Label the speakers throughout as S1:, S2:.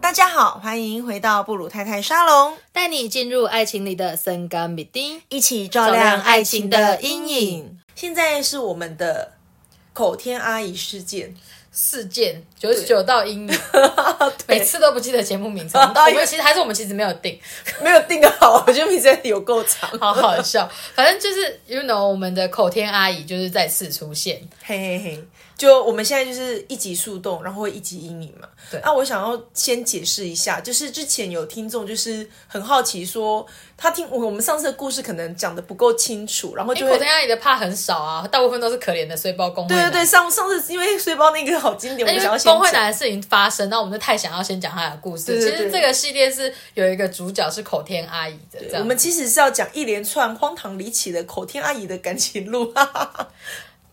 S1: 大家好，欢迎回到布鲁太太沙龙，
S2: 带你进入爱情里的森冈米丁。
S1: 一起照亮爱情的阴影。现在是我们的口天阿姨事 件，
S2: 事件九十九道阴影，
S1: 对
S2: 每次都不记得节目名称。
S1: 啊
S2: 我们其实还是我们其实没有定，
S1: 没有定好，我觉得名字有够长。
S2: 好好笑。反正就是 you know 我们的口天阿姨就是再次出现，
S1: 嘿嘿嘿，就我们现在就是一级树洞，然后一级阴影嘛。
S2: 对
S1: 那、我想要先解释一下，就是之前有听众就是很好奇说，他听我们上次的故事可能讲的不够清楚，然后
S2: 因
S1: 就
S2: 哎为口
S1: 会。
S2: 天阿姨的怕很少啊，大部分都是可怜的碎包工会
S1: 对对
S2: 男。
S1: 对，上上次因为碎包那个好经典，我们
S2: 那因
S1: 想要
S2: 为
S1: 先
S2: 工会
S1: 讲。
S2: 男的事情发生，那我们就太想要先讲他的故事。
S1: 对对对
S2: 其实这个系列是有一个主角是口天阿姨的，这样
S1: 我们其实是要讲一连串荒唐离奇的口天阿姨的感情路， 哈哈哈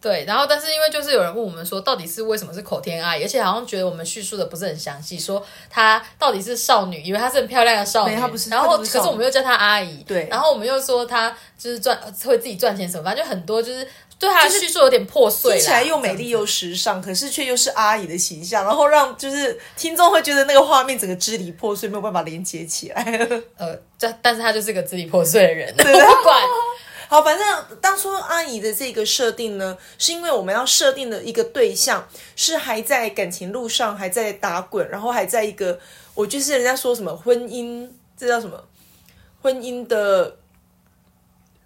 S2: 对，然后但是因为就是有人问我们说，到底是为什么是口天阿姨，而且好像觉得我们叙述的不是很详细，说她到底是少女，以为她是很漂亮的少女，
S1: 没她不是
S2: 然后
S1: 她不是少
S2: 可
S1: 女
S2: 是我们又叫她阿姨，
S1: 对
S2: 然后我们又说她就是赚会自己赚钱什么，反正就很多就是对她的叙述有点破碎啦，
S1: 听起来又美
S2: 这样
S1: 丽又时尚，可是却又是阿姨的形象，然后让就是听众会觉得那个画面整个支离破碎，没有办法连接起来。
S2: 呃，但但是她就是个支离破碎的人，我
S1: 啊
S2: 不管。
S1: 好，反正当初阿姨的这个设定呢，是因为我们要设定的一个对象是还在感情路上，还在打滚，然后还在一个，我就是人家说什么婚姻，这叫什么？婚姻的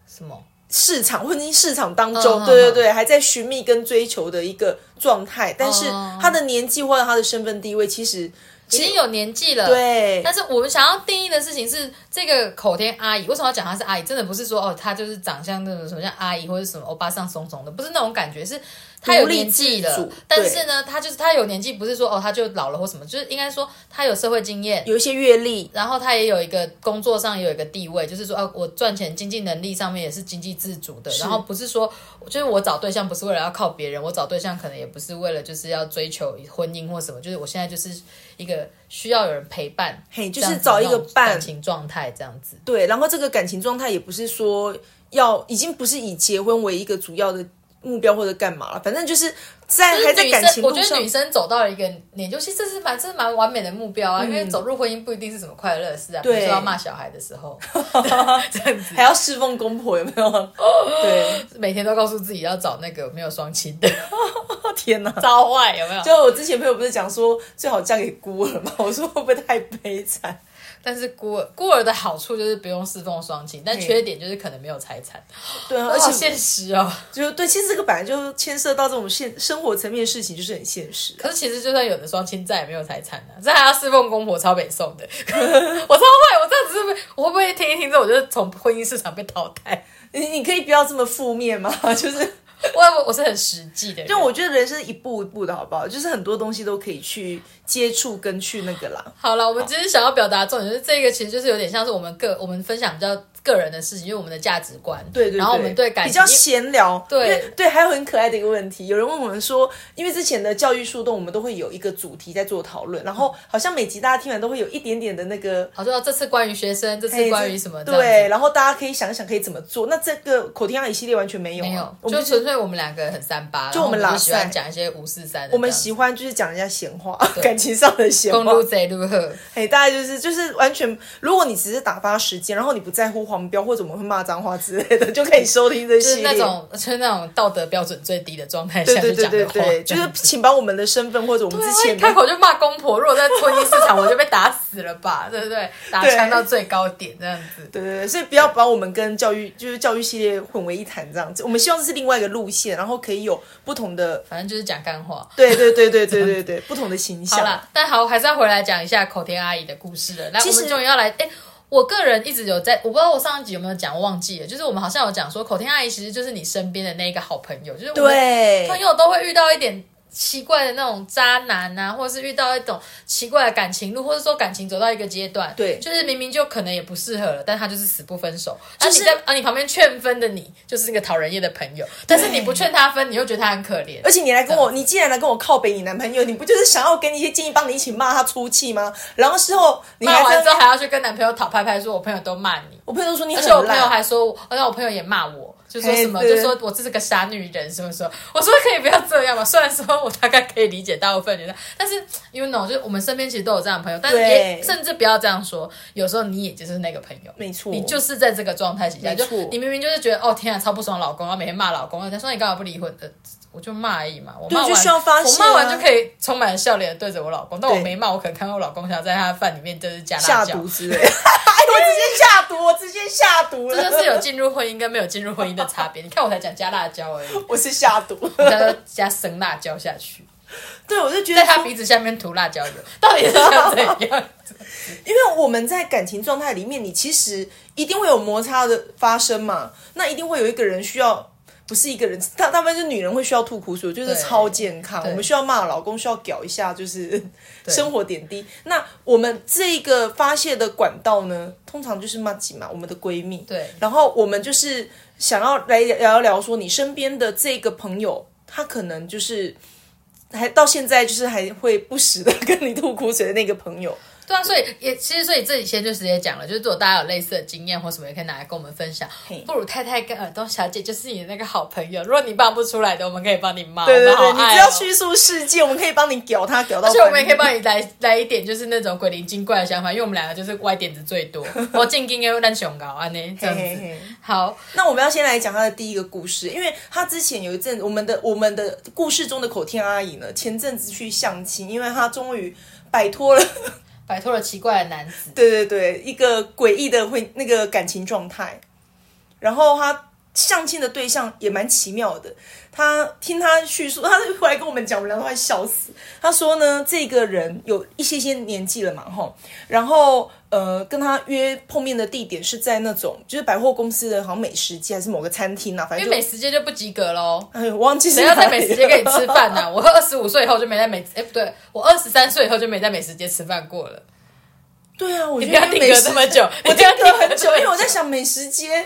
S2: 什么？
S1: 市场，婚姻市场当
S2: 嗯
S1: 中，
S2: 嗯
S1: 对对
S2: 嗯
S1: 对，还在寻觅跟追求的一个状态，但是
S2: 嗯
S1: 他的年纪或者他的身份地位，其实
S2: 已经有年纪了，
S1: 对，
S2: 但是我们想要定义的事情是，这个口天阿姨为什么要讲她是阿姨？真的不是说哦，她就是长相那种什么像阿姨或者什么欧哦巴桑怂怂的，不是那种感觉，是她有年纪
S1: 独立
S2: 了
S1: 自主。
S2: 但是呢，她就是她有年纪，不是说哦她就老了或什么，就是应该说她有社会经验。
S1: 有一些阅历，
S2: 然后她也有一个工作上也有一个地位，就是说，哦、我赚钱经济能力上面也是经济自主的。然后不是说，就是我找对象不是为了要靠别人，我找对象可能也不是为了就是要追求婚姻或什么，就是我现在就是一个需要有人陪伴，
S1: 嘿，就
S2: 这样
S1: 是
S2: 子
S1: 找一个
S2: 那种
S1: 伴
S2: 感，情状态这样子。
S1: 对，然后这个感情状态也不是说要，已经不是以结婚为一个主要的目标或者干嘛了，反正就是在还在
S2: 女
S1: 感
S2: 生，
S1: 情
S2: 我
S1: 路
S2: 觉得
S1: 上
S2: 女，生走到了一个年，尤其这是蛮这是蛮完美的目标啊，因为走入婚姻不一定是什么快乐的事啊，比
S1: 嗯
S2: 如
S1: 对
S2: 说要骂小孩的时 候，这样子
S1: 还要侍奉公婆，有没有？ 对，
S2: 每天都告诉自己要找那个没有双亲的，
S1: 哦天 哪！
S2: 糟坏有没有？
S1: 就我之前朋友不是讲说最好嫁给孤儿嘛，我说会不会太悲惨？
S2: 但是孤儿孤儿的好处就是不用侍奉双亲，但缺点就是可能没有财产，
S1: 对啊，嗯
S2: 而
S1: 而
S2: 且
S1: 且
S2: 现实哦。
S1: 就对，其实这个本来就牵涉到这种现生活层面的事情，就是很现实。
S2: 可是其实就算有的双亲在，也没有财产啊，这还要侍奉公婆超北宋的， 我超坏，我这样子是不是我会不会听一听之后我就从婚姻市场被淘汰？
S1: 哎你你可以不要这么负面吗？ 就是，
S2: 我我我是很实际的人，
S1: 就我觉得人生一步一步的好不好？就是很多东西都可以去接触跟去那个啦。
S2: 好了，我们只是想要表达重点，就是这个其实就是有点像是我们个我们分享比较个人的事情，因为我们的价值观，
S1: 对对对，
S2: 然后我们对感
S1: 比
S2: 情
S1: 较。闲聊，
S2: 对
S1: 因为对，还有很可爱的一个问题，有人问我们说，因为之前的教育树洞，我们都会有一个主题在做讨论，然后好像每集大家听完都会有一点点的那个。
S2: 好，就要这次关于学生，这次关于什么？这样
S1: 哎对，然后大家可以想一想可以怎么做。那这个口天阿姨系列完全没有、啊，
S2: 子，没有，
S1: 我们就
S2: 就
S1: 是
S2: 纯粹我们两个很三八，
S1: 就我们
S2: 然后
S1: 拉
S2: 就
S1: 塞
S2: 喜欢讲一些五四三的这样子，
S1: 我们喜欢就是讲人家闲话， 感情上的闲
S2: 公
S1: 话。
S2: 路贼路赫，
S1: 嘿，大概就是就是完全，如果你只是打发时间，然后你不在乎黄标或者我们会骂脏话之类的，就可以收听这
S2: 就
S1: 系
S2: 是
S1: 列。
S2: 那种就是那种道德标准最低的状态
S1: 对
S2: 下
S1: 对
S2: 去
S1: 对
S2: 讲的
S1: 对
S2: 话，
S1: 对，就是请把我们的身份或者我们之
S2: 我一
S1: 前
S2: 开
S1: 的
S2: 口就骂公婆，如果在婚姻市场，我就被打死了吧，对不对？打
S1: 对
S2: 枪到最高点这样子。
S1: 对对对，所以不要把我们跟教育就是教育系列混为一谈这样子。我们希望这是另外一个路线，然后可以有不同的，
S2: 反正就是讲干话。
S1: 对对对对对对对，不同的形
S2: 好
S1: 象。
S2: 啦，但好，我还是要回来讲一下口天阿姨的故事了。那
S1: 其
S2: 我
S1: 实
S2: 们终于要来，哎、我个人一直有在，我不知道我上一集有没有讲，忘记了。就是我们好像有讲说，口天阿姨其实就是你身边的那一个好朋友，就是我们
S1: 对
S2: 朋友都会遇到一点奇怪的那种渣男啊，或者是遇到一种奇怪的感情路，或者说感情走到一个阶段，
S1: 对
S2: 就是明明就可能也不适合了，但他就是死不分手。而、
S1: 就是
S2: 你在啊，你旁边劝分的你，就是那个讨人厌的朋友，但是你不劝他分，你又觉得他很可怜。
S1: 而且你来跟我，你既然来跟我靠北你男朋友，你不就是想要给你一些建议，帮你一起骂他出气吗？然后事后你
S2: 骂
S1: 还
S2: 完
S1: 在
S2: 之后
S1: 那，
S2: 还要去跟男朋友讨拍拍，说我朋友都骂你，
S1: 我朋友都说你
S2: 而
S1: 很
S2: 且我朋友
S1: 烂，
S2: 还说，而且我朋友也骂我，就说什么，
S1: 哎对
S2: 就说我这是个傻女人，什么什么。我说可以不要这样嘛。虽然说我大概可以理解大部分人，但是 you know，就是我们身边其实都有这样的朋友，但是也
S1: 对
S2: 甚至不要这样说，有时候你也就是那个朋友，
S1: 没错
S2: 你就是在这个状态底下，
S1: 没
S2: 就
S1: 错
S2: 你明明就是觉得哦天啊超不爽老公，然后每天骂老公，人家说你干嘛不离婚的。我就骂而已嘛，我骂完
S1: 就需要发泄啊
S2: 我骂完就可以充满笑脸的对着我老公，但我
S1: 对
S2: 没骂，我可能看到我老公想在他的饭里面就是加辣
S1: 下
S2: 椒，
S1: 毒之类的。哎， 我直接下毒，我直接下毒了。
S2: 这就是有进入婚姻跟没有进入婚姻的差别。你看我才讲加辣椒而已，
S1: 我是下毒。
S2: 大家都加生辣椒下去，
S1: 对，我就觉得
S2: 在他
S1: 说，
S2: 鼻子下面涂辣椒油，到底是想怎样？
S1: 因为我们在感情状态里面，你其实一定会有摩擦的发生嘛，那一定会有一个人需要。不是一个人，大大部分是女人会需要吐苦水，我觉得
S2: 对
S1: 超健康。
S2: 对
S1: 我们需要骂老公，需要屌一下，就是生活点滴。那我们这个发泄的管道呢，通常就是骂几嘛，我们的闺蜜。
S2: 对
S1: 然后我们就是想要来聊一聊，说你身边的这个朋友，他可能就是还到现在就是还会不时的跟你吐苦水的那个朋友。
S2: 对啊，所以也其实所以这里先就直接讲了，就是如果大家有类似的经验或什么，也可以拿来跟我们分享。布鲁太太跟耳东小姐就是你的那个好朋友，如果你帮不出来的，我们可以帮你骂。
S1: 对对
S2: 我
S1: 对，
S2: 们好爱哦
S1: 你只要叙述事件，我们可以帮你屌他屌到。
S2: 而且我们也可以帮你来来一点，就是那种鬼灵精怪的想法，因为我们两个就是歪点子最多。我进京跟烂熊高啊，那这样
S1: 嘿
S2: 子
S1: 嘿嘿。
S2: 好，
S1: 那我们要先来讲他的第一个故事，因为他之前有一阵，我们的我们的故事中的口天阿姨呢，前阵子去相亲，因为她终于摆脱了，
S2: 摆脱了奇怪的男子。
S1: 对对对，一个诡异的会那个感情状态。然后她相亲的对象也蛮奇妙的，她听她叙述，她后来跟我们讲，我们俩都快笑死。她说呢，这个人有一些些年纪了嘛，吼，然后呃，跟她约碰面的地点是在那种就是百货公司的，好像美食街还是某个餐厅啊，反
S2: 因
S1: 正
S2: 为
S1: 就
S2: 美食街就不及格喽。
S1: 哎，我忘记是
S2: 谁要在
S1: 哪里
S2: 美食街跟你吃
S1: 了
S2: 饭呢、啊 我二十五岁以后就没在美，哎、不对，我二十三岁以后就没在美食街吃饭过了。
S1: 对啊，我
S2: 你
S1: 觉
S2: 不要
S1: 得
S2: 定
S1: 美
S2: 格
S1: 食
S2: 这么久，
S1: 我
S2: 你不要
S1: 定
S2: 定
S1: 格很久，
S2: 这么
S1: 因为我在想美食街，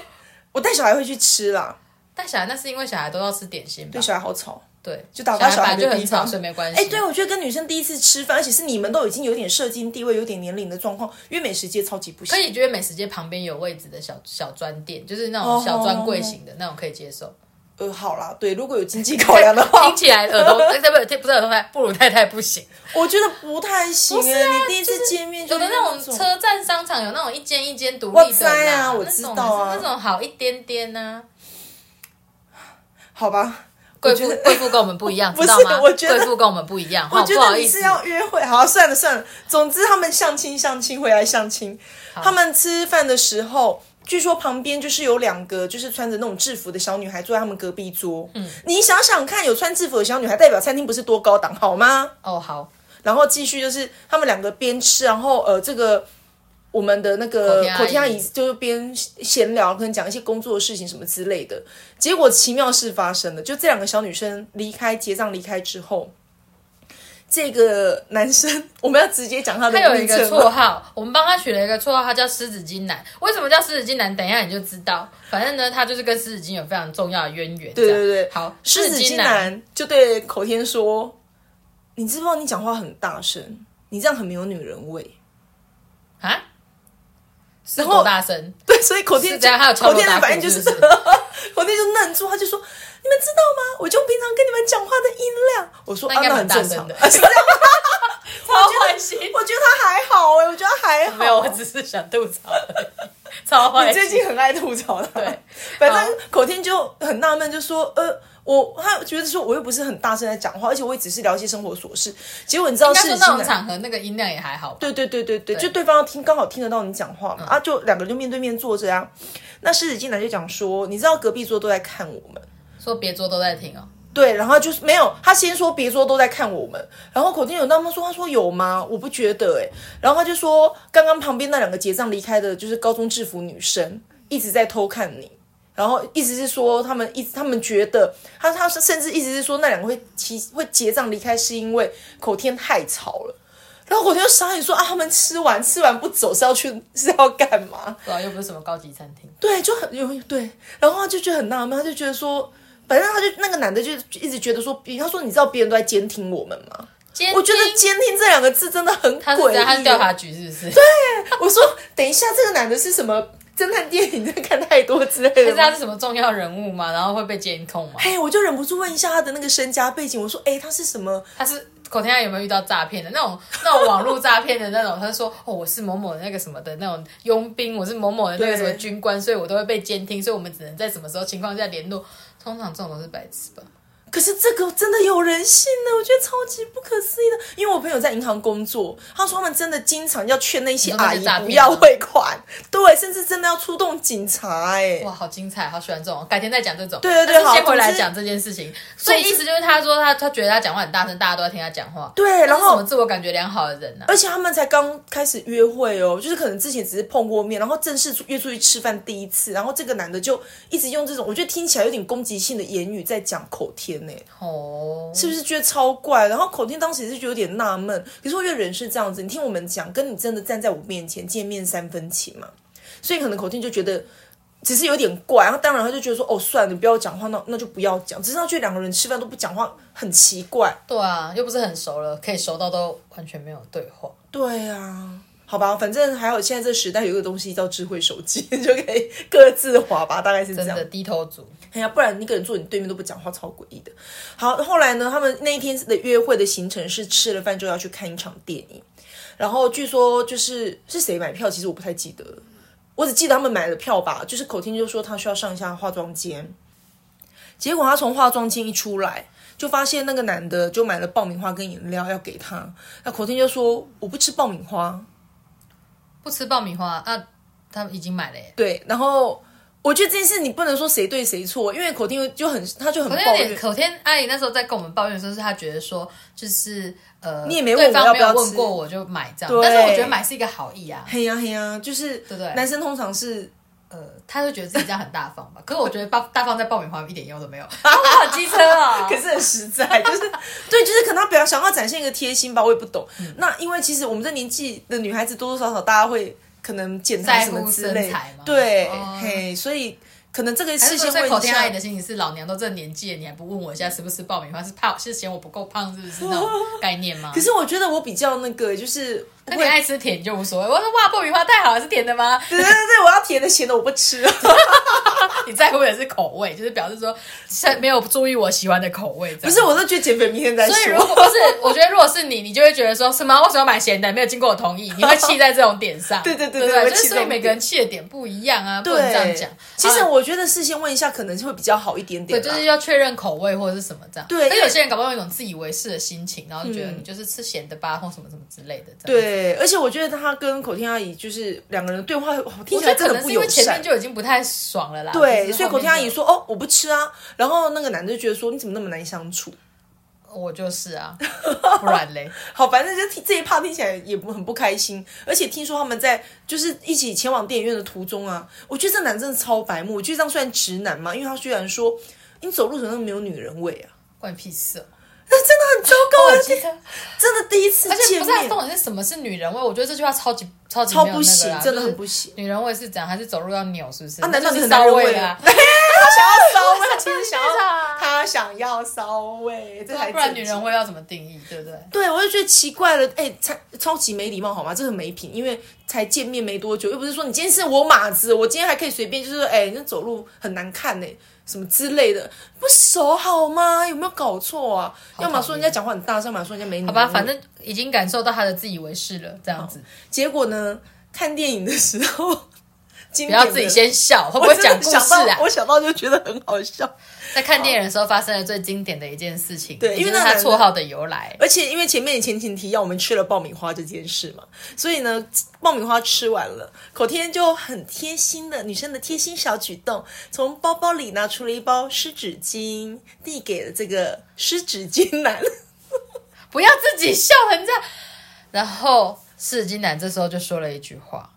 S1: 我带小孩会去吃啦，
S2: 但小孩那是因为小孩都要吃点心吧
S1: 对？小孩好吵。
S2: 对，
S1: 就打发
S2: 小
S1: 小孩
S2: 孩
S1: 的
S2: 就很
S1: 地
S2: 吵，
S1: 方
S2: 所以没关系。
S1: 哎、对，我觉得跟女生第一次吃饭，而且是你们都已经有点社经地位、有点年龄的状况，因为美食街超级不行
S2: 可。以觉得美食街旁边有位置的小小专店，就是那
S1: 哦
S2: 种小专柜型的那种可以 接受。
S1: 呃，好啦，对，如果有经济考量的话
S2: 听，起来耳朵， 哎不是不是耳朵太，布鲁太太不行。
S1: 我觉得不太行哎、你第一次见面
S2: 啊有
S1: 就
S2: 的
S1: 是
S2: 那
S1: 种
S2: 种车站商场有那种一间一间独
S1: 哇
S2: 立的
S1: 塞啊
S2: 啦
S1: 我
S2: 那
S1: 知
S2: 种
S1: 道啊
S2: 还是那种好一点点啊呢、
S1: 好吧？我
S2: 贵
S1: 觉
S2: 妇
S1: 得，
S2: 贵妇跟我们不一样，
S1: 不是
S2: 知道吗？
S1: 我觉得
S2: 贵妇跟我们不一样，
S1: 我
S2: 哈，
S1: 觉
S2: 不好
S1: 得
S2: 意
S1: 你
S2: 思
S1: 是。要约会，好，算了算了。总之，他们相亲相亲回来相亲，他们吃饭的时候。据说旁边就是有两个就是穿着那种制服的小女孩坐在他们隔壁桌，嗯，你想想看，有穿制服的小女孩，代表餐厅不是多高档好吗？
S2: 哦，好，
S1: 然后继续就是他们两个边吃，然后呃，这个我们的那个口
S2: 口天阿姨
S1: 天阿姨就是边闲聊，可能讲一些工作的事情什么之类的。结果奇妙事发生了，就这两个小女生离开结账离开之后，这个男生我们要直接讲他的
S2: 他有一
S1: 名称
S2: 个
S1: 吗
S2: 绰号，我们帮他取了一个绰号，他叫狮子精男。为什么叫狮子精男？等一下你就知道。反正呢，他就是跟狮子精有非常重要的渊源。
S1: 对
S2: 这样
S1: 对对，
S2: 好，
S1: 狮子
S2: 精
S1: 精男就对口天说：“你知不知道你讲话很大声，你这样很没有女人味。”
S2: 啊，是
S1: 然后
S2: 多大声？
S1: 对，所以口天
S2: 是这样还有敲
S1: 口
S2: 锣
S1: 天的
S2: 打鼓
S1: 反应就是是，
S2: 不是
S1: 口天就愣住，他就说：“你们知道吗？我就平常跟你们讲话的音量。”我说：“
S2: 那
S1: 啊，
S2: 应该
S1: 那
S2: 蛮
S1: 很
S2: 大
S1: 正
S2: 声
S1: 常
S2: 的
S1: 啊是这样
S2: 超坏心。
S1: 我觉得他还好哎、我觉得他还好。
S2: 没有，我只是想吐槽而已， 超坏
S1: 你
S2: 心。
S1: 最近很爱吐槽他。
S2: 对，
S1: 反正口天就很纳闷，就说：“呃，我他觉得说我又不是很大声在讲话，而且我也只是聊一些生活琐事。”结果你知道
S2: 应该
S1: 是
S2: 说那种场合那个音量也还好吧。
S1: 对对对对对，就对方要听，刚好听得到你讲话嘛，啊，就两个人就面对面坐着啊。那狮子进来就讲说：“你知道隔壁桌都在看我们。”
S2: 说别桌都在听哦，
S1: 对，然后就是没有，他先说别桌都在看我们，然后口天有那么说，他说有吗？我不觉得哎、欸然后他就说刚刚旁边那两个结账离开的就是高中制服女生一直在偷看你，然后意思是说他们一直他们觉得他他甚至意思是说那两个会其会结账离开是因为口天太吵了，然后口天就傻眼说啊他们吃完吃完不走是要去是要干嘛？
S2: 对啊，又不是什么高级餐厅。
S1: 对，就很有对，然后他就觉得很纳闷，他就觉得说，反正他就那个男的就一直觉得说，他说你知道别人都在监听我们吗？
S2: 监
S1: 我觉得
S2: 听
S1: 监听这两个字真的很
S2: 他是
S1: 诡
S2: 在他是
S1: 异
S2: 调
S1: 耶。
S2: 查局是不是？对，
S1: 我说等一下，这个男的是什么侦探电影真的看太多之类
S2: 可
S1: 的
S2: 是他
S1: 吗。
S2: 是什么重要人物嘛？然后会被监控嘛？
S1: 哎，我就忍不住问一下他的那个身家背景，我说，哎，他是什么？
S2: 他是口天下有没有遇到诈骗的那种那种网络诈骗的那种？他就说哦，我是某某的那个什么的那种佣兵，我是某某的那个什么
S1: 对
S2: 军官，所以我都会被监听，所以我们只能在什么时候情况下联络？通常这种都是白痴吧？
S1: 可是这个真的有人性呢，我觉得超级不可思议的。因为我朋友在银行工作，他说他们真的经常要劝那些
S2: 你说那
S1: 阿
S2: 些
S1: 姨
S2: 诈骗吗
S1: 不要汇款，对，甚至真的要出动警察、哎，
S2: 哇，好精彩，好喜欢这种，改天再讲这种。
S1: 对对对
S2: 但是先
S1: 好
S2: 回来
S1: 总之
S2: 讲这件事情。所以意思就是他说他他觉得他讲话很大声，大家都在听他讲话。
S1: 对，然
S2: 他是什
S1: 后
S2: 么自我感觉良好的人呢、啊
S1: 而且他们才刚开始约会哦，就是可能之前只是碰过面，然后正式出约出去吃饭第一次，然后这个男的就一直用这种我觉得听起来有点攻击性的言语在讲口天呢、
S2: 哦，
S1: 是不是觉得超怪？然后口天当时也是觉得有点纳闷，可是我觉得人是这样子，你听我们讲，跟你真的站在我面前见面三分情嘛，所以可能口天就觉得。只是有点怪，然后当然他就觉得说，哦，算了，你不要讲话，那那就不要讲。只是他觉得两个人吃饭都不讲话，很奇怪。
S2: 对啊，又不是很熟了，可以熟到都完全没有对话。
S1: 对啊，好吧，反正还有现在这时代有一个东西叫智慧手机， 就可以各自划吧，大概是这
S2: 真
S1: 样
S2: 的。低头族，
S1: 哎呀，不然一个人坐你对面都不讲话，超诡异的。好，后来呢，他们那一天的约会的行程是吃了饭就要去看一场电影，然后据说就是是谁买票，其实我不太记得了，我只记得他们买了票吧，就是口听就说他需要上一下化妆间，结果他从化妆间一出来。就发现那个男的就买了爆米花跟饮料要给他，那口听就说我不吃爆米花，
S2: 不吃爆米花啊，他已经买了耶。
S1: 对，然后我觉得这件事你不能说谁对谁错，因为口听就很他就很
S2: 可
S1: 抱
S2: 天有
S1: 怨
S2: 点，，口天阿姨那时候在跟我们抱怨的时候，是她觉得说，就是呃，你
S1: 也没问我
S2: 对方没有
S1: 要不要
S2: 问
S1: 吃
S2: 过我就买这样，
S1: 对
S2: 但是我觉得买是一个好意啊，
S1: 嘿呀嘿呀，就是
S2: 不对
S1: 男生通常是
S2: 呃，她就觉得自己这样很大方吧。可是我觉得大大方在爆米花一点 用都没有，我好机车哦。
S1: 可是很实在，就是对，就是可能他比较想要展现一个贴心吧，我也不懂。
S2: 嗯
S1: 那因为其实我们这年纪的女孩子多多少少大家会可能检查
S2: 在
S1: 什么
S2: 乎
S1: 之
S2: 身
S1: 类
S2: 材吗，
S1: 对，
S2: 哦
S1: 嘿，所以可能这个
S2: 还
S1: 事
S2: 是
S1: 先问
S2: 说，所以口
S1: 一
S2: 天阿姨
S1: 下
S2: 的。心情是老娘都这年纪了，你还不问我一下吃不吃爆米花，是怕是嫌我不够胖，是不是 那种概念吗？
S1: 可是我觉得我比较那个，就是
S2: 那
S1: 会
S2: 你爱吃甜就无所谓。我说哇，爆米花太好了，是甜的吗？
S1: 对对对，我要甜的咸的我不 吃。
S2: 你在乎的是口味，就是表示说是没有注意我喜欢的口味。不
S1: 不是，我都觉得减肥明天再
S2: 所以如
S1: 说。
S2: 果不是，我觉得如果是你，你就会觉得说什么为什么买咸的，没有经过我同意，你会气在这种点上。
S1: 对对对
S2: 对
S1: 对
S2: 不
S1: 我
S2: 就
S1: 气
S2: 是所以
S1: 这种
S2: 每个人气的点不一样啊，不能
S1: 对，
S2: 这样讲。
S1: 其实
S2: 啊
S1: 我觉得事先问一下，可能会比较好一点点
S2: 对，
S1: 啦。
S2: 就是要确认口味或者是什么这样。
S1: 对因
S2: 而
S1: 为嗯
S2: 有些人搞不好有一种自以为是的心情，然后就觉得你就是吃咸的吧，或什么什么之类的。这样，
S1: 对，而且我觉得他跟口天阿姨就是两个人的对话，哇听起
S2: 我觉得
S1: 来真
S2: 可
S1: 的
S2: 能
S1: 不
S2: 是因
S1: 友
S2: 为前面
S1: 善。
S2: 就已经不太爽了啦。
S1: 对，
S2: 就是
S1: 所以口
S2: 后面
S1: 天阿姨
S2: 就，
S1: 说：“哦，我不吃啊。”然后那个男的就觉得说：“你怎么那么难相处
S2: 我就是啊，不然嘞。？”
S1: 好，反正就听这一趴听起来也不很不开心。而且听说他们在就是一起前往电影院的途中啊，我觉得这男真的超白目。我觉得这样算直男嘛，因为他居然说：“你走路怎么那么没有女人味啊
S2: 关你 屁事、哦！？”
S1: 那很糟糕，
S2: 我
S1: 而且
S2: 记得，
S1: 真的第一次
S2: 哦而且
S1: 见
S2: 不是啊
S1: 面，
S2: 重点是什么是女人味？我觉得这句话超级超级
S1: 超
S2: 没有
S1: 不
S2: 那个
S1: 行
S2: 啦，
S1: 真的
S2: 就是
S1: 很不行。
S2: 女人味是怎样？还是走路要扭？是不是？
S1: 啊难道
S2: 就
S1: 你
S2: 是
S1: 很
S2: 骚
S1: 男人味
S2: 味啊？
S1: 他想要骚味，其实想要
S2: 真的啊
S1: 他想要骚味，这才
S2: 不然
S1: 正
S2: 女
S1: 经嗯
S2: 人味要怎么定义？对不对？
S1: 对，我就觉得奇怪了，哎、超超级没礼貌好吗？这很没品，因为才见面没多久，又不是说你今天是我马子，我今天还可以随便，就是哎、那走路很难看呢、哎什么之类的，不熟好吗？有没有搞错啊？要么说人家讲话很大声，要么说人家没礼貌。
S2: 好吧，反正已经感受到她的自以为是了，这样子
S1: 结果呢，看电影的时候，不
S2: 不要自己。先笑，会不
S1: 我
S2: 会
S1: 真的
S2: 讲故
S1: 想
S2: 事
S1: 到
S2: 啊？
S1: 我想到就觉得很好笑，
S2: 在看电影的时候发生了最经典的一件事情，
S1: 对因为
S2: 也就是
S1: 那
S2: 她
S1: 男的
S2: 绰号的由来。
S1: 而且因为前面你前情提要我们吃了爆米花这件事嘛，所以呢，爆米花吃完了，口天就很贴心的女生的贴心小举动，从包包里拿出了一包湿纸巾，递给了这个湿纸巾男。
S2: 不要自己笑成这样。然后世金男这时候就说了一句话，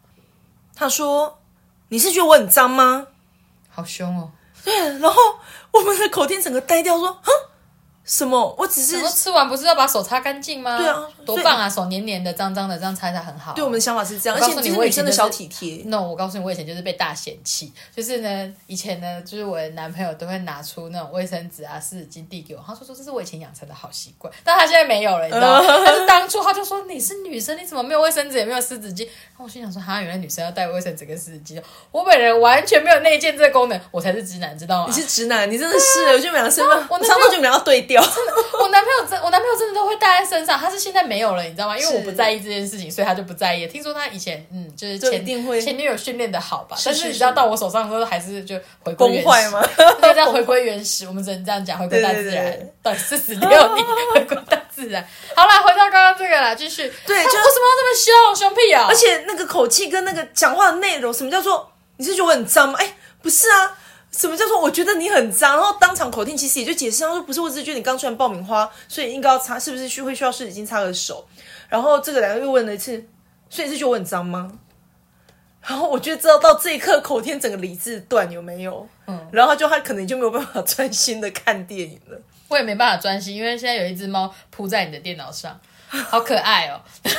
S1: 他说：“你是觉得我很脏吗
S2: 好凶哦。？”
S1: 对，然后我们的口天整个呆掉，说：“哼，什么？我只是
S2: 我吃完不是要把手擦干净吗？
S1: 对啊
S2: 多棒啊！手黏黏的、脏脏的，这样擦擦很好。
S1: 对我们的想法是这样，而
S2: 告
S1: 且
S2: 诉
S1: 这
S2: 你
S1: 是
S2: 我以
S1: 女生的
S2: 前就是
S1: 小体贴。
S2: no，我告诉你，我以前就是被大嫌弃。就是呢，以前呢，就是我的男朋友都会拿出那种卫生纸啊、湿纸巾递给我，他说说这是我以前养成的好习惯，但他现在没有了，你 知道吗？但是当初他就说你是女生，你怎么没有卫生纸也没有湿纸巾？然后我心想说，哈，原来女生要带卫生纸跟湿纸巾哦，我本人完全没有内建这个功能，我才是直男，知道吗
S1: 你？是直男，你真的是，我觉得我们俩身份，
S2: 我
S1: 我
S2: 那
S1: 上次就我们俩要对调。
S2: 我男朋友真，我男朋友真的都会带在身上，他是现在没有了，你知道吗？因
S1: 是
S2: 为我不在意这件事情，所以他就不在意。听说他以前，嗯，就是
S1: 就
S2: 前
S1: 一定会
S2: 前女友训练的好吧，
S1: 是
S2: 但
S1: 是
S2: 是你知
S1: 是
S2: 道到我手上之后，还是就回归
S1: 崩
S2: 原
S1: 坏
S2: 始
S1: 吗？
S2: 对，这样回归原始，我们只能这样讲，回归大自
S1: 对对
S2: 然
S1: 对。
S2: 到底是死 掉你，回归大自然。好啦，回到刚刚这个啦，继续。
S1: 对
S2: 啊
S1: 就
S2: 为什么要这么凶凶屁啊？
S1: 而且那个口气跟那个讲话的内容，什么叫做你是觉得我很脏吗？哎，不是啊，什么叫做我觉得你很脏？然后当场口听其实也就解释，他说不是，我只是觉得你刚吃完爆米花，所以应该要擦，是不是需会需要湿纸巾擦个手？然后这个两个又问了一次，所以你是觉得我很脏吗？然后我觉得知道到这一刻，口天整个理智断有没有？嗯，然后他就他可能就没有办法专心的看电影了。
S2: 我也没办法专心，因为现在有一只猫扑在你的电脑上，好可爱哦。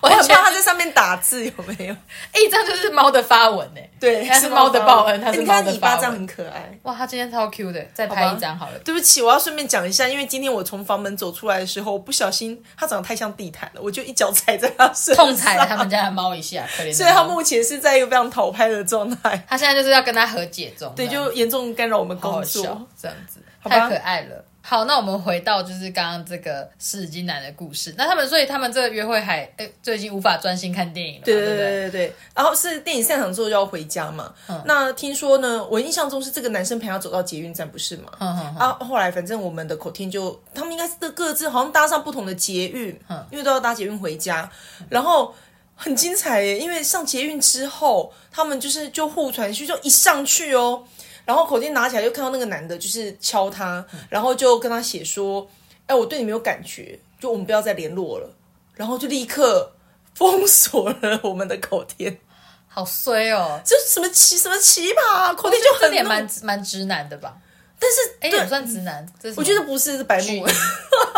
S2: 我
S1: 我
S2: 很
S1: 很
S2: 怕
S1: 怕
S2: 它
S1: 他在上面打字有没 有？
S2: 哎、这样就是猫的发文哎、
S1: 对，
S2: 它是猫的报恩，它
S1: 哎
S2: 是
S1: 你
S2: 猫
S1: 看
S2: 的
S1: 尾巴
S2: 发
S1: 这样
S2: 文。
S1: 很可爱。
S2: 哇，它今天超 Q 的，再拍一张好了。
S1: 对不起，我要顺便讲一下，因为今天我从房门走出来的时候，我不小心它长得太像地毯了，我就一脚踩在它身上，
S2: 痛踩了他们家的猫 一下，可怜的猫。
S1: 所以它目前是在一个非常讨拍的状态，
S2: 它现在就是要跟它和解中，
S1: 对，
S2: 这样
S1: 就严重干扰我们
S2: 好
S1: 工
S2: 好笑
S1: 作。
S2: 这样子，
S1: 吧
S2: 太可爱了。好，那我们回到就是刚刚这个湿纸巾男的故事。那他们，所以他们这个约会还，哎、就已经无法专心看电影了嘛，
S1: 对
S2: 不
S1: 对对对对，然后是电影散场之后就要回家嘛。
S2: 嗯
S1: 那听说呢，我印象中是这个男生陪他走到捷运站，不是吗？
S2: 嗯嗯
S1: 啊，后来反正我们的口天就，他们应该是各自好像搭上不同的捷运，
S2: 嗯
S1: 因为都要搭捷运回家，然后很精彩耶，因为上捷运之后，他们就是就互传讯，就一上去哦，然后口天拿起来就看到那个男的，就是敲他，
S2: 嗯
S1: 然后就跟他写说，哎，我对你没有感觉，就我们不要再联络了，然后就立刻。封锁了我们的口天，
S2: 好衰哦。
S1: 这什么奇什么奇葩、啊，口天就
S2: 这
S1: 很
S2: 点
S1: 怒
S2: 蛮蛮直男的吧？
S1: 但是
S2: 哎、
S1: 对
S2: 也不算直男，这是什么
S1: 我觉得不是，是白
S2: 巨婴
S1: 目，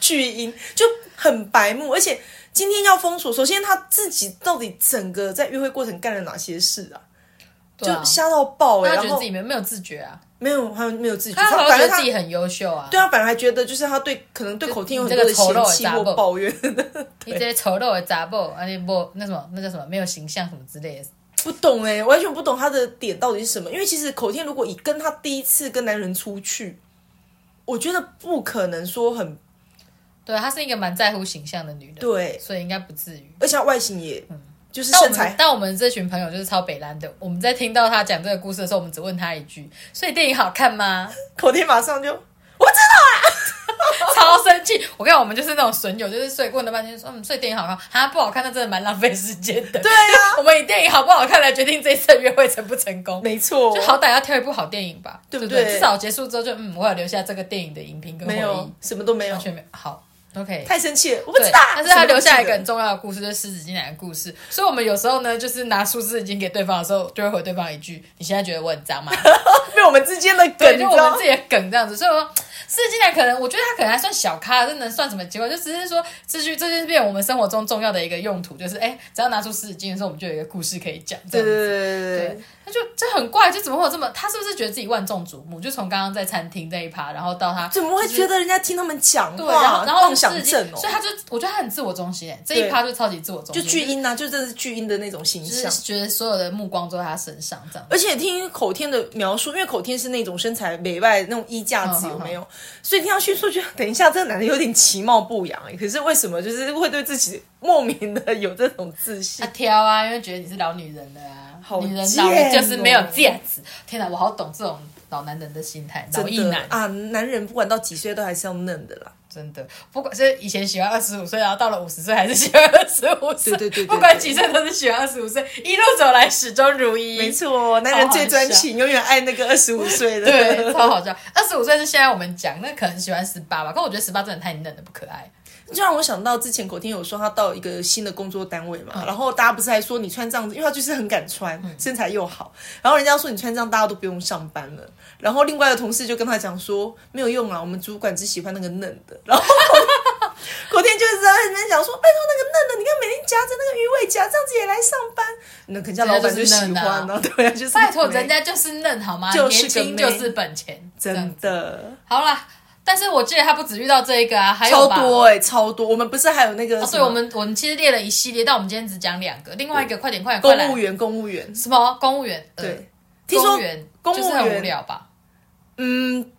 S1: 巨婴就很白目，而且今天要封锁，首先他自己到底整个在约会过程干了哪些事啊？
S2: 对啊
S1: 就瞎到爆哎、
S2: 他
S1: 然
S2: 觉得
S1: 后
S2: 自己没有没有自觉啊，
S1: 没有，还有没有自己，
S2: 他好像
S1: 反
S2: 觉
S1: 正
S2: 得
S1: 他
S2: 自己很优秀啊。
S1: 对他本来还觉得就是他对可能对口听有很多
S2: 你
S1: 的
S2: 这个丑
S1: 嫌
S2: 陋的
S1: 弃
S2: 杂
S1: 或
S2: 货
S1: 抱怨，
S2: 你这些丑陋的杂报，而且不那什么，那叫什么？没有形象什么之类的。
S1: 不懂哎、完全不懂他的点到底是什么。因为其实口天如果以跟他第一次跟男人出去，我觉得不可能说很
S2: 对，她是一个蛮在乎形象的女人，，
S1: 对，
S2: 所以应该不至于。
S1: 而且他外形也、就是
S2: 但我
S1: 身
S2: 们
S1: 材
S2: 但我们这群朋友就是超北兰的，我们在听到她讲这个故事的时候，我们只问她一句：“所以电影好看 吗
S1: 口天马上就。？”
S2: 超生气！我跟你讲，我们就是那种损友，就是所以问了半天说：“嗯，所以电影好看啊？不好看，那真的蛮浪费时间的。”
S1: 对啊，
S2: 我们以电影好不好看来决定这一次的约会成不成功。
S1: 没错，
S2: 就好歹要挑一部好电影吧，
S1: 对不
S2: 不
S1: 对
S2: 至少结束之后就嗯，我有留下这个电影的影评跟回
S1: 没有
S2: 忆，
S1: 什么都没有
S2: 完，全没有好，OK。
S1: 太生气了，我不
S2: 对，
S1: 知道。
S2: 但是他留下一个
S1: 什
S2: 很
S1: 么
S2: 重要的故事，就是湿纸巾男的故事。所以我们有时候呢，就是拿出湿纸巾给对方的时候，就会回对方一句：“你现在觉得我很 脏吗
S1: 都不记得，被我们之间的？”梗，
S2: 对，
S1: 你知
S2: 就我们
S1: 道
S2: 自己的梗这样子。所以我说，湿纸巾男可能，我觉得他可能还算小咖，这能算什么结果？就只是说，这句这就是变我们生活中重要的一个用途，就是哎，只要拿出湿纸巾的时候，我们就有一个故事可以讲。
S1: 对
S2: 这样
S1: 对对
S2: 子。
S1: 对对对，
S2: 他就这很怪，就怎么会有这么？他是不是觉得自己万众瞩目？就从刚刚在餐厅这一趴，然后到他
S1: 怎么会觉得人家听他们讲
S2: 对，然
S1: 话，
S2: 后然后
S1: 妄想症哦
S2: 所？以他就我觉得他很自我中心哎，这一趴就超级自我中
S1: 就
S2: 心，
S1: 巨婴啊，就真的是巨婴的那种形
S2: 就是
S1: 象。
S2: 觉得所有的目光都在他身上这样。
S1: 而且听口天的描述，因为口天是那种身材美外那种衣架子
S2: 嗯
S1: 有
S2: 嗯
S1: 没有？所以听到叙述，觉得等一下这个男的有点其貌不扬、欸，可是为什么就是会对自己莫名的有这种自信
S2: 他？挑啊，因为觉得你是老女人了啊，
S1: 好
S2: 女人
S1: 贱
S2: 老了就是
S1: 哦
S2: 没有价值。天哪，我好懂这种老男人的心态，老
S1: 真
S2: 一
S1: 的
S2: 男
S1: 啊，男人不管到几岁都还是要嫩的啦。
S2: 真的，不管是以前喜欢二十五岁，然后到了五十岁还是喜欢二十五岁，
S1: 对对对对对
S2: 不管几岁都是喜欢二十五岁，一路走来始终如一，
S1: 没错，哦男人最专情，永远爱那个二十五岁的。
S2: 对，超好笑。二十五岁是现在我们讲，那可能喜欢十八吧，可我觉得十八真的太嫩了，不可爱。
S1: 就让我想到之前口天有说他到一个新的工作单位嘛，
S2: 嗯
S1: 然后大家不是还说你穿这样子，因为他就是很敢穿，身材又好，然后人家说你穿这样大家都不用上班了，然后另外的同事就跟他讲说没有用啊，我们主管只喜欢那个嫩的， 然后口天就是在那边讲说拜托那个嫩的，你看每天夹着那个鱼尾夹，这样子也来上班，那肯定老板就喜欢
S2: 人
S1: 啊，对啊，就是
S2: 拜托，
S1: 美
S2: 人家就是嫩好吗？
S1: 就是
S2: 年
S1: 个
S2: 轻
S1: 妹
S2: 就是本钱，这样
S1: 真的
S2: 好啦。但是我记得他不止遇到这一个啊，还有
S1: 超
S2: 吧哦
S1: 多哎、超多，我们不是还有那个什
S2: 对，我
S1: 么
S2: 们我们其实列了一系列，但我们今天只讲两个，另外一个快点快点快
S1: 公
S2: 来
S1: 务，员，公务员，
S2: 什么公务员？呃
S1: 对，听
S2: 公
S1: 说
S2: 务员
S1: 公务
S2: 就是很无
S1: 员
S2: 聊吧？
S1: 嗯。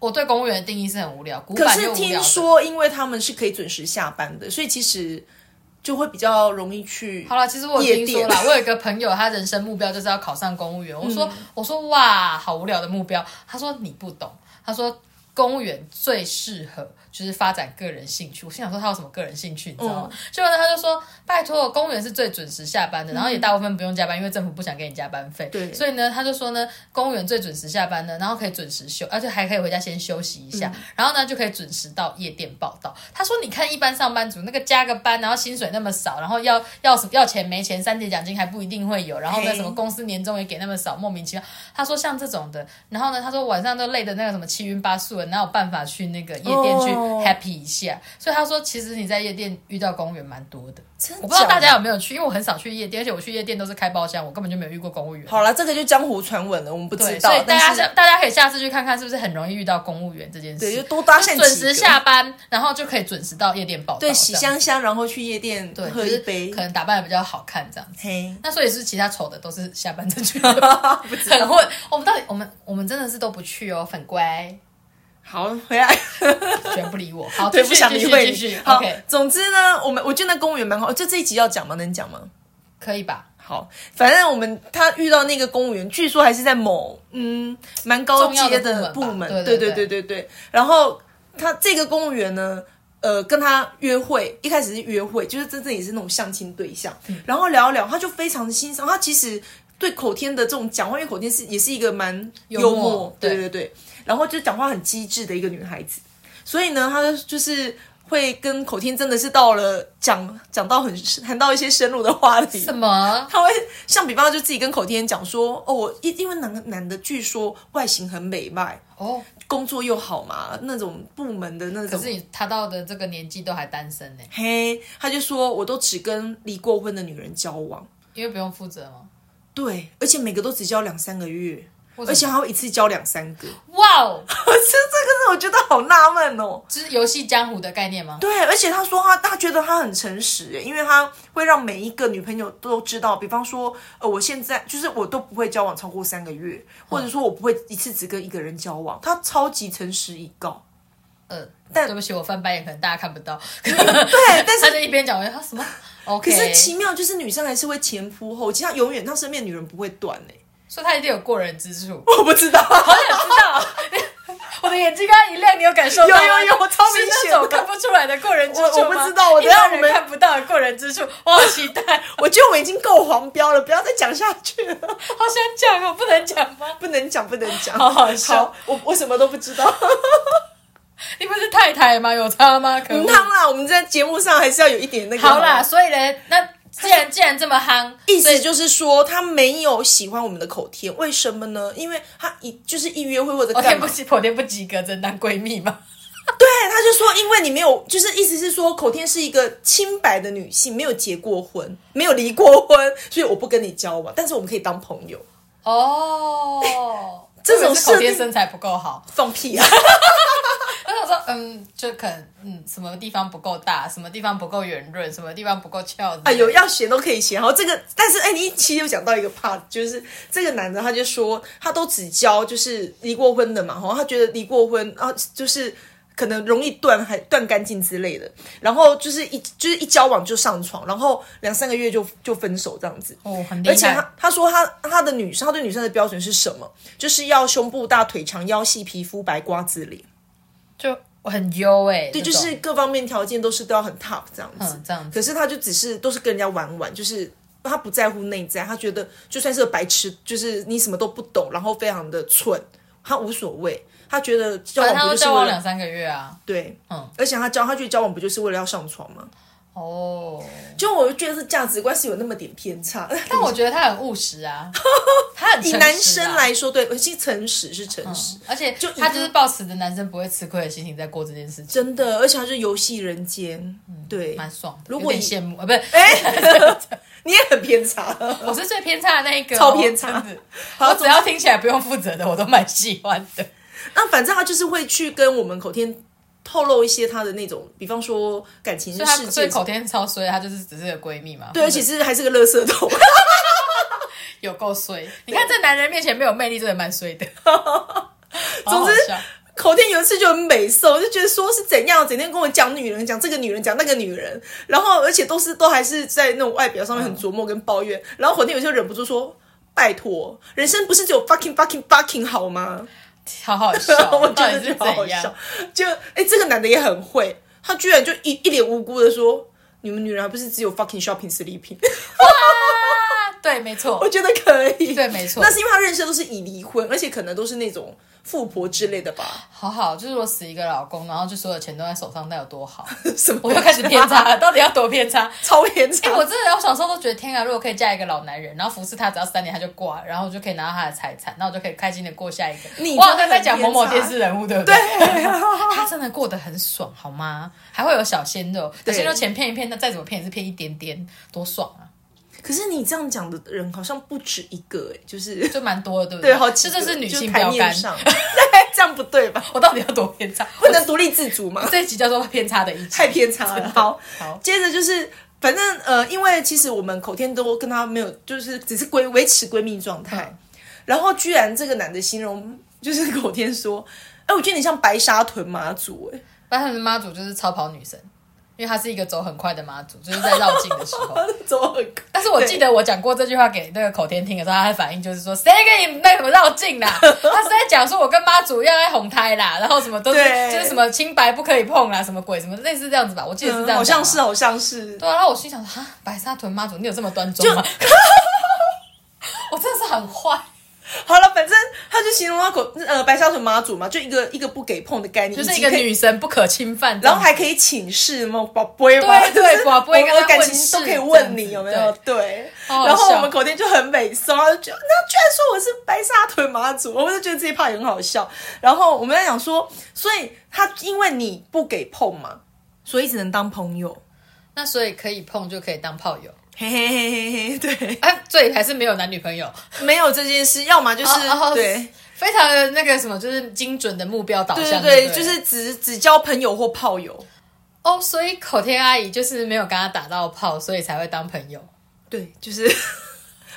S2: 我对公务员的定义是很无聊，古
S1: 可
S2: 板
S1: 是
S2: 又无聊
S1: 听
S2: 的。
S1: 说，因为他们是可以准时下班的，所以其实就会比较容易去。
S2: 好了，其实我有
S1: 夜
S2: 听说
S1: 店嗯
S2: 啦，我有一个朋友，他人生目标就是要考上公务员。我说、我说哇，好无聊的目标。他说你不懂，他说公务员最适合就是发展个人兴趣。我心想说他有什么个人兴趣，你知
S1: 嗯
S2: 道吗？结果呢，他就说拜托，公务员是最准时下班的，然后也大部分不用加班，因为政府不想给你加班费。
S1: 对
S2: 所以呢，他就说呢，公务员最准时下班呢，然后可以准时休，而且还可以回家先休息一下，
S1: 嗯
S2: 然后呢就可以准时到夜店报道。他说，你看一般上班族那个加个班，然后薪水那么少，然后要要什么要钱没钱，三节奖金还不一定会有，然后呢
S1: 嘿
S2: 什么公司年终也给那么少，莫名其妙。他说像这种的，然后呢他说晚上都累的那个什么七晕八素的，哪有办法去那个夜店去
S1: 哦
S2: happy 一下？所以他说，其实你在夜店遇到公务员蛮多的。
S1: 真假的
S2: 我不知道大家有没有去，因为我很少去夜店，而且我去夜店都是开包厢，我根本就没有遇过公务员。
S1: 好了，这个就江湖传闻了，我们不知
S2: 对，
S1: 道。
S2: 所以大家
S1: 但
S2: 下
S1: 是
S2: 大家可以下次去看看，是不是很容易遇到公务员这件事？
S1: 对，就多搭讪
S2: 准
S1: 几个
S2: 时下班，然后就可以准时到夜店报道。
S1: 对洗
S2: 这样
S1: 香香，然后去夜店
S2: 哦对，
S1: 喝
S2: 就
S1: 一
S2: 是
S1: 杯
S2: 可。能打扮的比较好看这样子。
S1: 嘿，
S2: 那所以是其他丑的都是下班再 去，很混。我们到底我们我们真的是都不去哦，很乖，
S1: 好，回来。
S2: 全不理我。好，
S1: 对，
S2: 继
S1: 不
S2: 续
S1: 想
S2: 继
S1: 理
S2: 续
S1: 会
S2: 继续
S1: 你。好
S2: OK，，
S1: 总之呢，我们我觉得那公务员蛮好。就这一集要讲吗？能讲吗？
S2: 可以吧？
S1: 好，反正我们他遇到那个公务员，据说还是在某嗯蛮高阶的部
S2: 重要的部门
S1: 门
S2: 吧，
S1: 对
S2: 对
S1: 对
S2: 对
S1: 对对对。然后他这个公务员呢，呃，跟他约会，一开始是约会，就是真正也是那种相亲对象，
S2: 嗯
S1: 然后聊一聊，他就非常欣赏他，其实对口天的这种讲话，因为口天是也是一个蛮幽
S2: 幽默
S1: 对对
S2: 对
S1: 对，然后就讲话很机智的一个女孩子，所以呢，她就是。会跟口天真的是到了讲讲到很谈到一些深 入的话题，
S2: 什么？
S1: 他会像比方说就自己跟口天讲说，哦，我因因为男男的据说外形很美迈，
S2: 哦，
S1: 工作又好嘛，那种部门的那
S2: 可
S1: 种，
S2: 是你他到的这个年纪都还单身呢，
S1: 嘿，他就说我都只跟离过婚的女人交往，
S2: 因为不用负责吗？
S1: 对，而且每个都只交两三个月，
S2: 为什么
S1: 而且还会一次交两三个， 这
S2: 哇哦，
S1: 这个是我觉得好纳闷哦。
S2: 就是游戏江湖的概念吗？
S1: 对，而且他说他他觉得他很诚实耶，因为他会让每一个女朋友都知道，比方说，呃，我现在就是我都不会交往超过三个月，或者说我不会一次只跟一个人交往，他超级诚实以告。
S2: 呃，
S1: 但
S2: 对不起，我翻白眼，可能大家看不 到。
S1: 对，但
S2: 他
S1: 是
S2: 就一边讲，我就说什么？OK，
S1: 可是奇妙就是女生还是会前仆后继，她永远她身边的女人不会断哎，
S2: 所以他一定有过人之处。
S1: 我不知道，
S2: 我的眼睛刚刚一亮，你有感受到吗？
S1: 有有有我超明显的
S2: 是那种看不出来的过人之处
S1: 我我
S2: 吗
S1: 不知道我
S2: 一
S1: 等一下
S2: 般
S1: 我
S2: 人
S1: 们
S2: 看不到的过人之处，我好期待，我
S1: 我觉得我已经够黄标了，不要再讲下去了，
S2: 好想讲哦，不能讲吗？
S1: 不能讲不能讲，
S2: 好好笑
S1: 我我什么都不知 道。
S2: 你不是太太吗？有差吗？可
S1: 嗯，
S2: 恶！
S1: 当啦，我们在节目上还是要有一点那个
S2: 好啦，所以呢，那既然既然这么夯，
S1: 意思就是说，他没有喜欢我们的口天，为什么呢？因为他一哦就是一约会或者
S2: 我
S1: 干
S2: 天
S1: 嘛
S2: 不，及，我天不及格，真当闺蜜吗？
S1: 对，他就说，因为你没有，就是意思是说，口天是一个清白的女性，没有结过婚，没有离过婚，所以我不跟你交往，但是我们可以当朋友，
S2: 哦，
S1: 这种
S2: 或者是口
S1: 设
S2: 天
S1: 定
S2: 身材不够好，
S1: 放屁啊！
S2: 我想说，嗯，就可能，嗯，什么地方不够大，什么地方不够圆润，什么地方不够翘之类的。
S1: 哎呦，要写都可以写。然后这个，但是哎，你其实有讲到一个 part，就是这个男的他就说，他都只交就是离过婚的嘛，然后他觉得离过婚，然后就是可能容易断还断干净之类的，然后就是一就是一交往就上床，然后两三个月就就分手这样子。
S2: 哦，很厉
S1: 而且
S2: 害。
S1: 他他说他他的女生他对女生的标准是什么？就是要胸部大、腿长、腰细、皮肤白、瓜子脸，
S2: 就很优哎、
S1: 对，
S2: 对
S1: 就是各方面条件都是都要很 top 这样子。
S2: 嗯这样子。
S1: 可是他就只是都是跟人家玩玩，就是他不在乎内在，他觉得就算是个白痴，就是你什么都不懂，然后非常的蠢，他无所谓。他觉得交往
S2: 反正他
S1: 不
S2: 都
S1: 就是
S2: 交
S1: 为
S2: 往
S1: 了
S2: 两三个月啊。
S1: 对，
S2: 嗯，
S1: 而且他交他觉得交往不就是为了要上床吗？
S2: 哦，
S1: 就我就觉得是价值观是有那么点偏 差，
S2: 但我觉得他很务 实啊，他很
S1: 以
S2: 诚实啊
S1: 男生来说，对，其实诚实是诚实，
S2: 而且
S1: 就
S2: 他就是抱持着男生不会吃亏的心情在过这件事情，
S1: 真的，而且他是游戏人间，对，
S2: 蛮爽的。
S1: 如果
S2: 有
S1: 你哎
S2: 点羡慕啊，不是，
S1: 你也很偏 差。
S2: 我是最偏差的那一个哦，
S1: 超偏差
S2: 真的
S1: 好
S2: 我只要听起来不用负责的，我都蛮喜欢 的。
S1: 那反正他就是会去跟我们口天透露一些他的那种，比方说感情
S2: 所以他
S1: 世
S2: 所以
S1: 界。
S2: 口天超衰，他就是只是个闺蜜嘛，
S1: 对，而且是还是个垃圾桶，
S2: 有够衰。你看在男人面前没有魅力，真的蛮 衰的。
S1: 总之
S2: 好好笑
S1: 口天有一次就很美瘦，就觉得说是怎样，整天跟我讲女人，讲这个女人，讲那个女人，然后而且都是都还是在那种外表上面很琢磨跟抱怨，然后口天有时候忍不住说：“拜托，人生不是只有 fucking fucking fucking 好 吗？”
S2: 好好笑，
S1: 我觉
S2: 到
S1: 得
S2: 底是
S1: 就好好
S2: 怎
S1: 笑
S2: 样？。
S1: 就哎、这个男的也很会，他居然就一一脸无辜的说：“你们女人还不是只有 fucking shopping sleeping？”
S2: 啊对，没错
S1: 我，觉得可以，
S2: 对没错
S1: 那是因为他认识的都是已离婚，而且可能都是那种富婆之类的吧？
S2: 好好，就是我死一个老公，然后就所有钱都在手上，那有多好？
S1: 什么？啊
S2: 我又开始偏差 了，到底要多偏差？
S1: 超偏
S2: 哎、
S1: 差。
S2: 我真的，我小时候都觉得，天啊，如果可以嫁一个老男人，然后服侍他，只要三年他就挂，然后我就可以拿到他的财产，那我就可以开心的过下一个。
S1: 你
S2: 我好像在
S1: 真的
S2: 讲
S1: 很
S2: 某某
S1: 偏
S2: 电
S1: 差
S2: 视人物，对不对？对、他真的过得很爽，好吗？还会有小鲜肉，小
S1: 对
S2: 鲜肉钱骗一骗，那再怎么骗也是骗一点点，多爽啊！
S1: 可是你这样讲的人好像不止一个、哎，就是
S2: 就蛮多的，对不
S1: 对，好几
S2: 这
S1: 个，
S2: 就是女性
S1: 台
S2: 标
S1: 面
S2: 杆。
S1: 上， 对，这样不对吧？
S2: 我到底要多偏差？
S1: 不能独立自主吗？
S2: 这一集叫做偏差的一集
S1: 太。偏差了。好，
S2: 好
S1: 接着就是。反正呃，因为其实我们口天都跟她没有，就是只是闺维持闺蜜状态。
S2: 嗯
S1: 然后居然这个男的形容就是口天说：“哎、我觉得你像白沙屯妈祖、哎，
S2: 但他的妈祖就是超跑女神，因为她是一个走很快的妈祖，就是在绕境的时 候。
S1: 走很快。”
S2: 但是我记得我讲过这句话给那个口天听的时候，他的反应就是说：“谁跟你那什么绕 境啦？”他是在讲说我跟妈祖一样在哄胎啦，然后什么都是
S1: 对
S2: 就是什么清白不可以碰啦，什么鬼什么类似这样子吧，我记得是这样、
S1: 嗯好像是，。好像是。
S2: 对啊，然后我心想说：“哈，白沙屯妈祖，你有这么端庄吗？” 我真的是很坏，
S1: 好了，反正他就形容他口呃白沙屯妈祖嘛，就一个一个不给碰的概念，
S2: 就是
S1: 以
S2: 一
S1: 及
S2: 个
S1: 可以
S2: 女神不可侵犯这
S1: 然
S2: 样
S1: 后
S2: 子。
S1: 还可以请示嘛，宝贝嘛，
S2: 对对宝贝跟
S1: 我
S2: 他
S1: 我感
S2: 问
S1: 情
S2: 事
S1: 都可以问你
S2: 这
S1: 有
S2: 样子
S1: 没有？对，
S2: 好好
S1: 然后我
S2: 笑
S1: 们口天就很美松，然后就那居然说我是白沙屯妈祖，我就觉得这一趴也很好笑。然后我们在想说，所以他因为你不给碰嘛，所以只能当朋友。
S2: 那所以可以碰就可以当炮友，
S1: 嘿嘿嘿嘿嘿，对，
S2: 哎、最还是没有男女朋友，
S1: 没有这件事，要么就是、
S2: 哦哦
S1: 对
S2: 非常的那个什么，就是精准的目标导
S1: 对
S2: 向，
S1: 对
S2: 不
S1: 对，就是只只交朋友或炮友。
S2: 哦，所以口天阿姨就是没有跟他打到炮，所以才会当朋友。
S1: 对，就是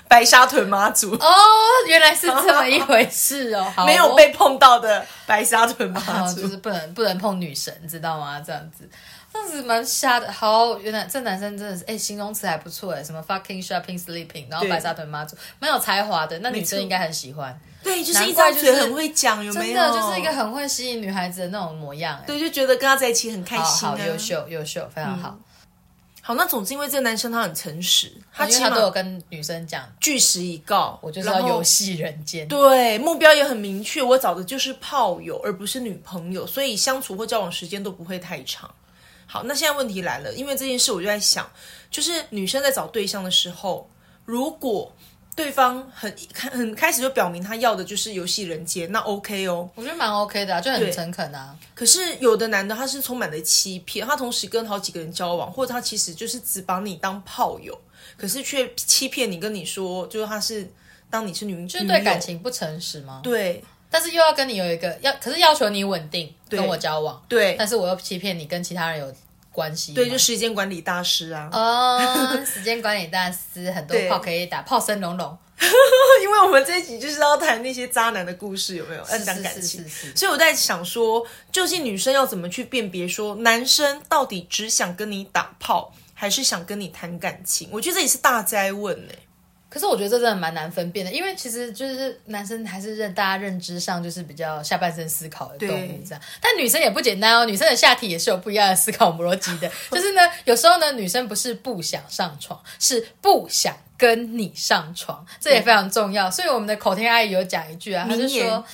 S1: 白沙屯妈祖。
S2: 哦，原来是这么一回事 哦，好
S1: 没有被碰到的白沙屯妈
S2: 好，
S1: 祖，
S2: 哦就是不能不能碰女神，知道吗？这样子，这样子蛮瞎的。好，原来这男生真的是，哎、形容词还不错哎，什么 fucking shopping sleeping，然后
S1: 对
S2: 白沙屯妈祖，蛮有才华的，那女
S1: 没
S2: 生
S1: 错
S2: 应该很喜欢，
S1: 对，就是
S2: 难
S1: 一
S2: 怪
S1: 张
S2: 就是
S1: 嘴很会讲，有没
S2: 真
S1: 有？
S2: 的就是一个很会吸引女孩子的那种模样哎，
S1: 对，就觉得跟他在一起很开
S2: 好
S1: 心、啊
S2: 好优秀优秀，非常好，
S1: 好那总之因为这个男生他很诚实，他
S2: 因为
S1: 起
S2: 他都有
S1: 码
S2: 跟女生讲，
S1: 据实以告，
S2: 我就是
S1: 然
S2: 要
S1: 后
S2: 游戏人间。
S1: 对目标也很明确，我找的就是炮友，而不是女朋友，所以相处或交往时间都不会太长。好，那现在问题来了，因为这件事我就在想，就是女生在找对象的时候，如果对方很很开始就表明他要的就是游戏人间，那 OK 哦。
S2: 我觉得蛮 OK 的、啊，就很诚恳啊。
S1: 可是有的男的他是充满了欺骗，他同时跟好几个人交往，或者他其实就是只把你当炮友，可是却欺骗你，跟你说就是他是当你是女，就
S2: 就是对感情不诚实吗？
S1: 对
S2: 但是又要跟你有一个要，可是要求你稳定跟我交往，
S1: 对
S2: 但是我又欺骗你跟其他人有关系吗，
S1: 对，就时间管理大师啊，
S2: 哦，时间管理大师，很多
S1: 对
S2: 炮可以打，炮声隆隆，
S1: 因为我们这一集就是要谈那些渣男的故事，有没有？要
S2: 是
S1: 讲
S2: 是
S1: 感
S2: 是
S1: 情
S2: 是，是
S1: 所以我在想说，究竟女生要怎么去辨别说男生到底只想跟你打炮，还是想跟你谈感情？我觉得这也是大灾问欸 呢、
S2: 可是我觉得这真的蛮难分辨的，因为其实就是男生还是认大家认知上就是比较下半身思考的动物
S1: 对
S2: 这样，但女生也不简单哦，女生的下体也是有不一样的思考逻辑 的。就是呢，有时候呢，女生不是不想上床，是不想跟你上床，这也非常重要。所以我们的口天阿姨有讲一句啊，她就
S1: 名言
S2: 说。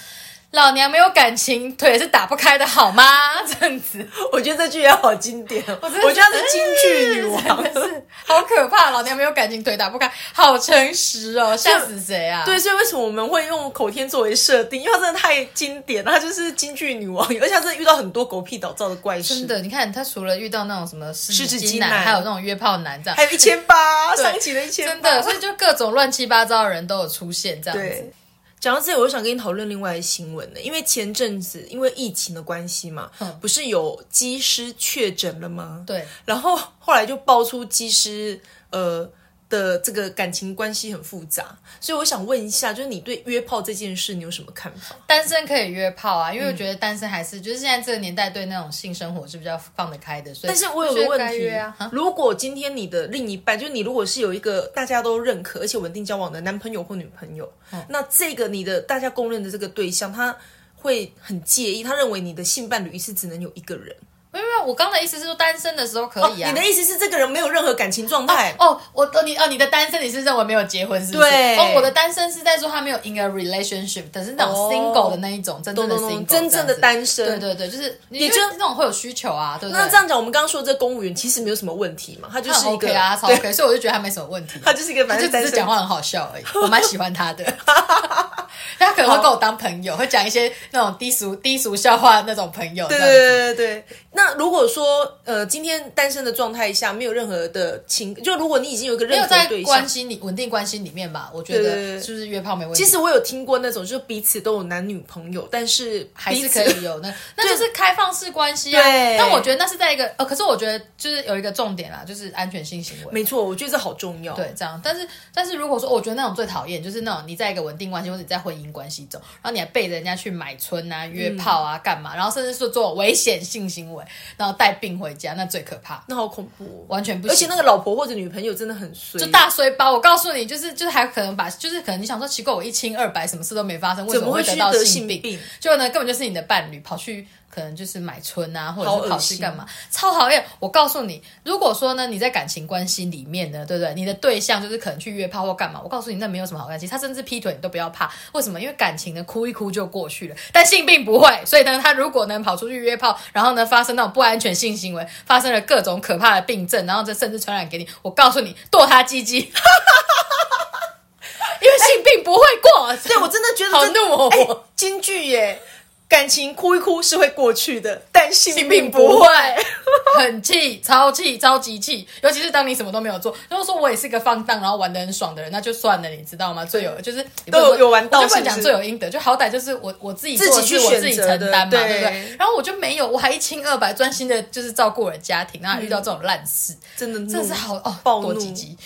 S2: 老娘没有感情，腿是打不开的好吗？ 这样子，
S1: 我觉得这句也好经典，哦我
S2: 真的
S1: 觉得她是京剧女王。
S2: 真的 是好可怕，老娘没有感情，腿打不开，好诚实哦，吓死谁啊？
S1: 对，所以为什么我们会用口天作为设定？因为她真的太经典，她就是京剧女王，而且她真的遇到很多狗屁倒灶的怪事，
S2: 真的，你看他除了遇到那种什么狮
S1: 子
S2: 子
S1: 精
S2: 精
S1: 男
S2: 男，还有那种约炮男这样
S1: 还，有一千八，
S2: 对
S1: 上期的一千
S2: 真
S1: 八，
S2: 的，所以就各种乱七八糟的人都有出现这样子
S1: 对。。讲到这里，我就想跟你讨论另外一个新闻呢，因为前阵子因为疫情的关系嘛，
S2: 嗯
S1: 不是有机师确诊了吗？
S2: 对，
S1: 然后后来就爆出机师呃的这个感情关系很复杂，所以我想问一下，就是你对约炮这件事你有什么看法？
S2: 单身可以约炮啊，因
S1: 嗯
S2: 为我觉得单身还是、就是现在这个年代对那种性生活是比较放得开的，所以
S1: 但是我有个
S2: 觉得
S1: 问
S2: 该
S1: 题，
S2: 约啊，哈
S1: 如果今天你的另一半，就是你如果是有一个大家都认可而且稳定交往的男朋友或女朋友，
S2: 嗯
S1: 那这个你的大家公认的这个对象，他会很介意，他认为你的性伴侣一次只能有一个人。
S2: 没有没有，我刚刚的意思是说单身的时候可以啊。
S1: 哦你的意思是这个人没有任何感情状态？
S2: 哦，我哦你哦你的单身你是认为没有结婚是不是？
S1: 对
S2: 哦我的单身是在说他没有 in a relationship，但是那种
S1: 哦
S2: single 的那一种，真正的
S1: 懂懂
S2: single，
S1: 懂真正的
S2: 这样子
S1: 单身
S2: 对对对，就是也
S1: 就
S2: 就是那种会有需求啊，对不对？
S1: 那这样讲，我们刚刚说的这公务员其实没有什么问题嘛，他就
S2: 他
S1: 是
S2: 很
S1: 一个
S2: OK 啊，他超
S1: 对
S2: OK，所以我就觉得他没什么问题。
S1: 他就是一个
S2: 他
S1: 反
S2: 就
S1: 正单
S2: 只
S1: 身
S2: 是讲话很好笑而已，我蛮喜欢他的。 他可能会跟我当朋友，会讲一些那种低俗低俗笑话那种朋友。
S1: 对
S2: 这样
S1: 对对
S2: 子
S1: 对。那如果说呃，今天单身的状态下没有任何的情，就如果你已经有一个
S2: 没
S1: 认
S2: 有
S1: 可
S2: 在
S1: 的对象
S2: 关，系里稳定关系里面吧，我觉
S1: 对对对
S2: 得就是约炮没问题。
S1: 其实我有听过那种，就是彼此都有男女朋友，但是
S2: 还
S1: 彼
S2: 是
S1: 此
S2: 可以有那，那就是开放式关系啊。
S1: 对
S2: 但我觉得那是在一个呃，可是我觉得就是有一个重点啦，啊就是安全性行为。
S1: 没错，我觉得这好重要。
S2: 对，这样，但是但是如果说，我觉得那种最讨厌，就是那种你在一个稳定关系或者你在婚姻关系中，然后你还背着人家去买春啊、约
S1: 嗯
S2: 炮啊、干嘛，然后甚至说做危险性行为，然后带病回家，那最可怕，
S1: 那好恐怖、哦，
S2: 完全不
S1: 而且
S2: 行。
S1: 那个老婆或者女朋友真的很衰，
S2: 就大衰包，我告诉你，就是就是还可能把，就是可能你想说奇怪，我一清二白，什么事都没发生，为什
S1: 怎么
S2: 么会
S1: 会
S2: 得
S1: 去
S2: 到
S1: 得
S2: 性
S1: 病？
S2: 就呢，根本就是你的伴侣跑去可能就是买春啊，或
S1: 好恶
S2: 者是跑去
S1: 心
S2: 干嘛，超讨厌。我告诉你，如果说呢你在感情关系里面呢，对不对？你的对象就是可能去约炮或干嘛，我告诉你那没有什么好担心，他甚至劈腿你都不要怕。为什么？因为感情呢哭一哭就过去了，但性病不会。所以呢，他如果能跑出去约炮，然后呢发生那种不安全性行为，发生了各种可怕的病症，然后这甚至传染给你，我告诉你剁他鸡鸡，因 为性病不会过。
S1: 对我真的觉得
S2: 好
S1: 这
S2: 怒哦
S1: 哎京剧耶，感情哭一哭是会过去的，但性
S2: 性
S1: 病
S2: 病
S1: 不
S2: 不
S1: 会
S2: 会。， 很气，超气，超级气。尤其是当你什么都没有做，如果说我也是个放荡然后玩的很爽的人，那就算了，你知道吗？罪有就是
S1: 都有
S2: 也不是说
S1: 有玩到
S2: 我就不能
S1: 是
S2: 讲
S1: 不是
S2: 罪有应得，就好歹就是我我自己做
S1: 自
S2: 的
S1: 己
S2: 事
S1: 去
S2: 我自己
S1: 选择
S2: 承担嘛，
S1: 的对
S2: 对不对？然后我就没有，我还一清二白，专心的就是照顾我的家庭，然后还遇到这种烂事，
S1: 真的怒
S2: 真的是好哦，
S1: 嗯暴
S2: 多
S1: 怒
S2: 积 极。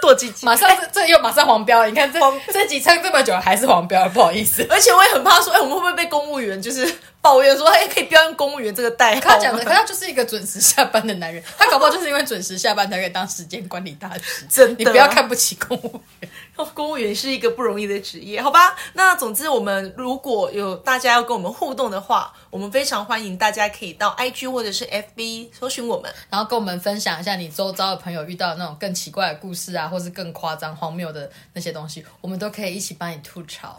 S1: 多积极。
S2: 马上这这又马上黄标了，你看这
S1: 黄
S2: 这几唱这么久还是黄标，不好意思。
S1: 而且我也很怕说，哎、我们会不会被公务员就是 抱怨说，哎、可以不要用公务员这个代号
S2: 可
S1: 吗？
S2: 他讲的，可他就是一个准时下班 的男人，他搞不好就是因为准时下班才可以当时间管理大师。
S1: 真的啊
S2: 你不要看不起公务员。
S1: 哦公务员是一个不容易的职业，好吧？那总之，我们如果有大家要跟我们互动的话，我们非常欢迎大家可以到 IG 或者是 FB 搜寻我们。
S2: 然后跟我们分享一下你周遭的朋友遇到那种更奇怪的故事啊，或是更夸张、荒谬的那些东西，我们都可以一起帮你吐槽。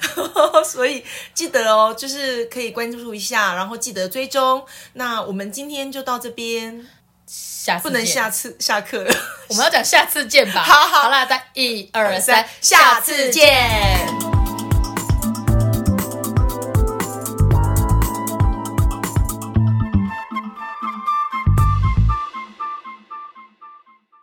S1: 所以记得哦，就是可以关注一下，然后记得追踪。那我们今天就到这边，
S2: 下次
S1: 不能
S2: 见
S1: 下次下课了。
S2: 我们要讲下次见吧。
S1: 好好
S2: 好啦，再一二
S1: 三
S2: 三，
S1: 下次见。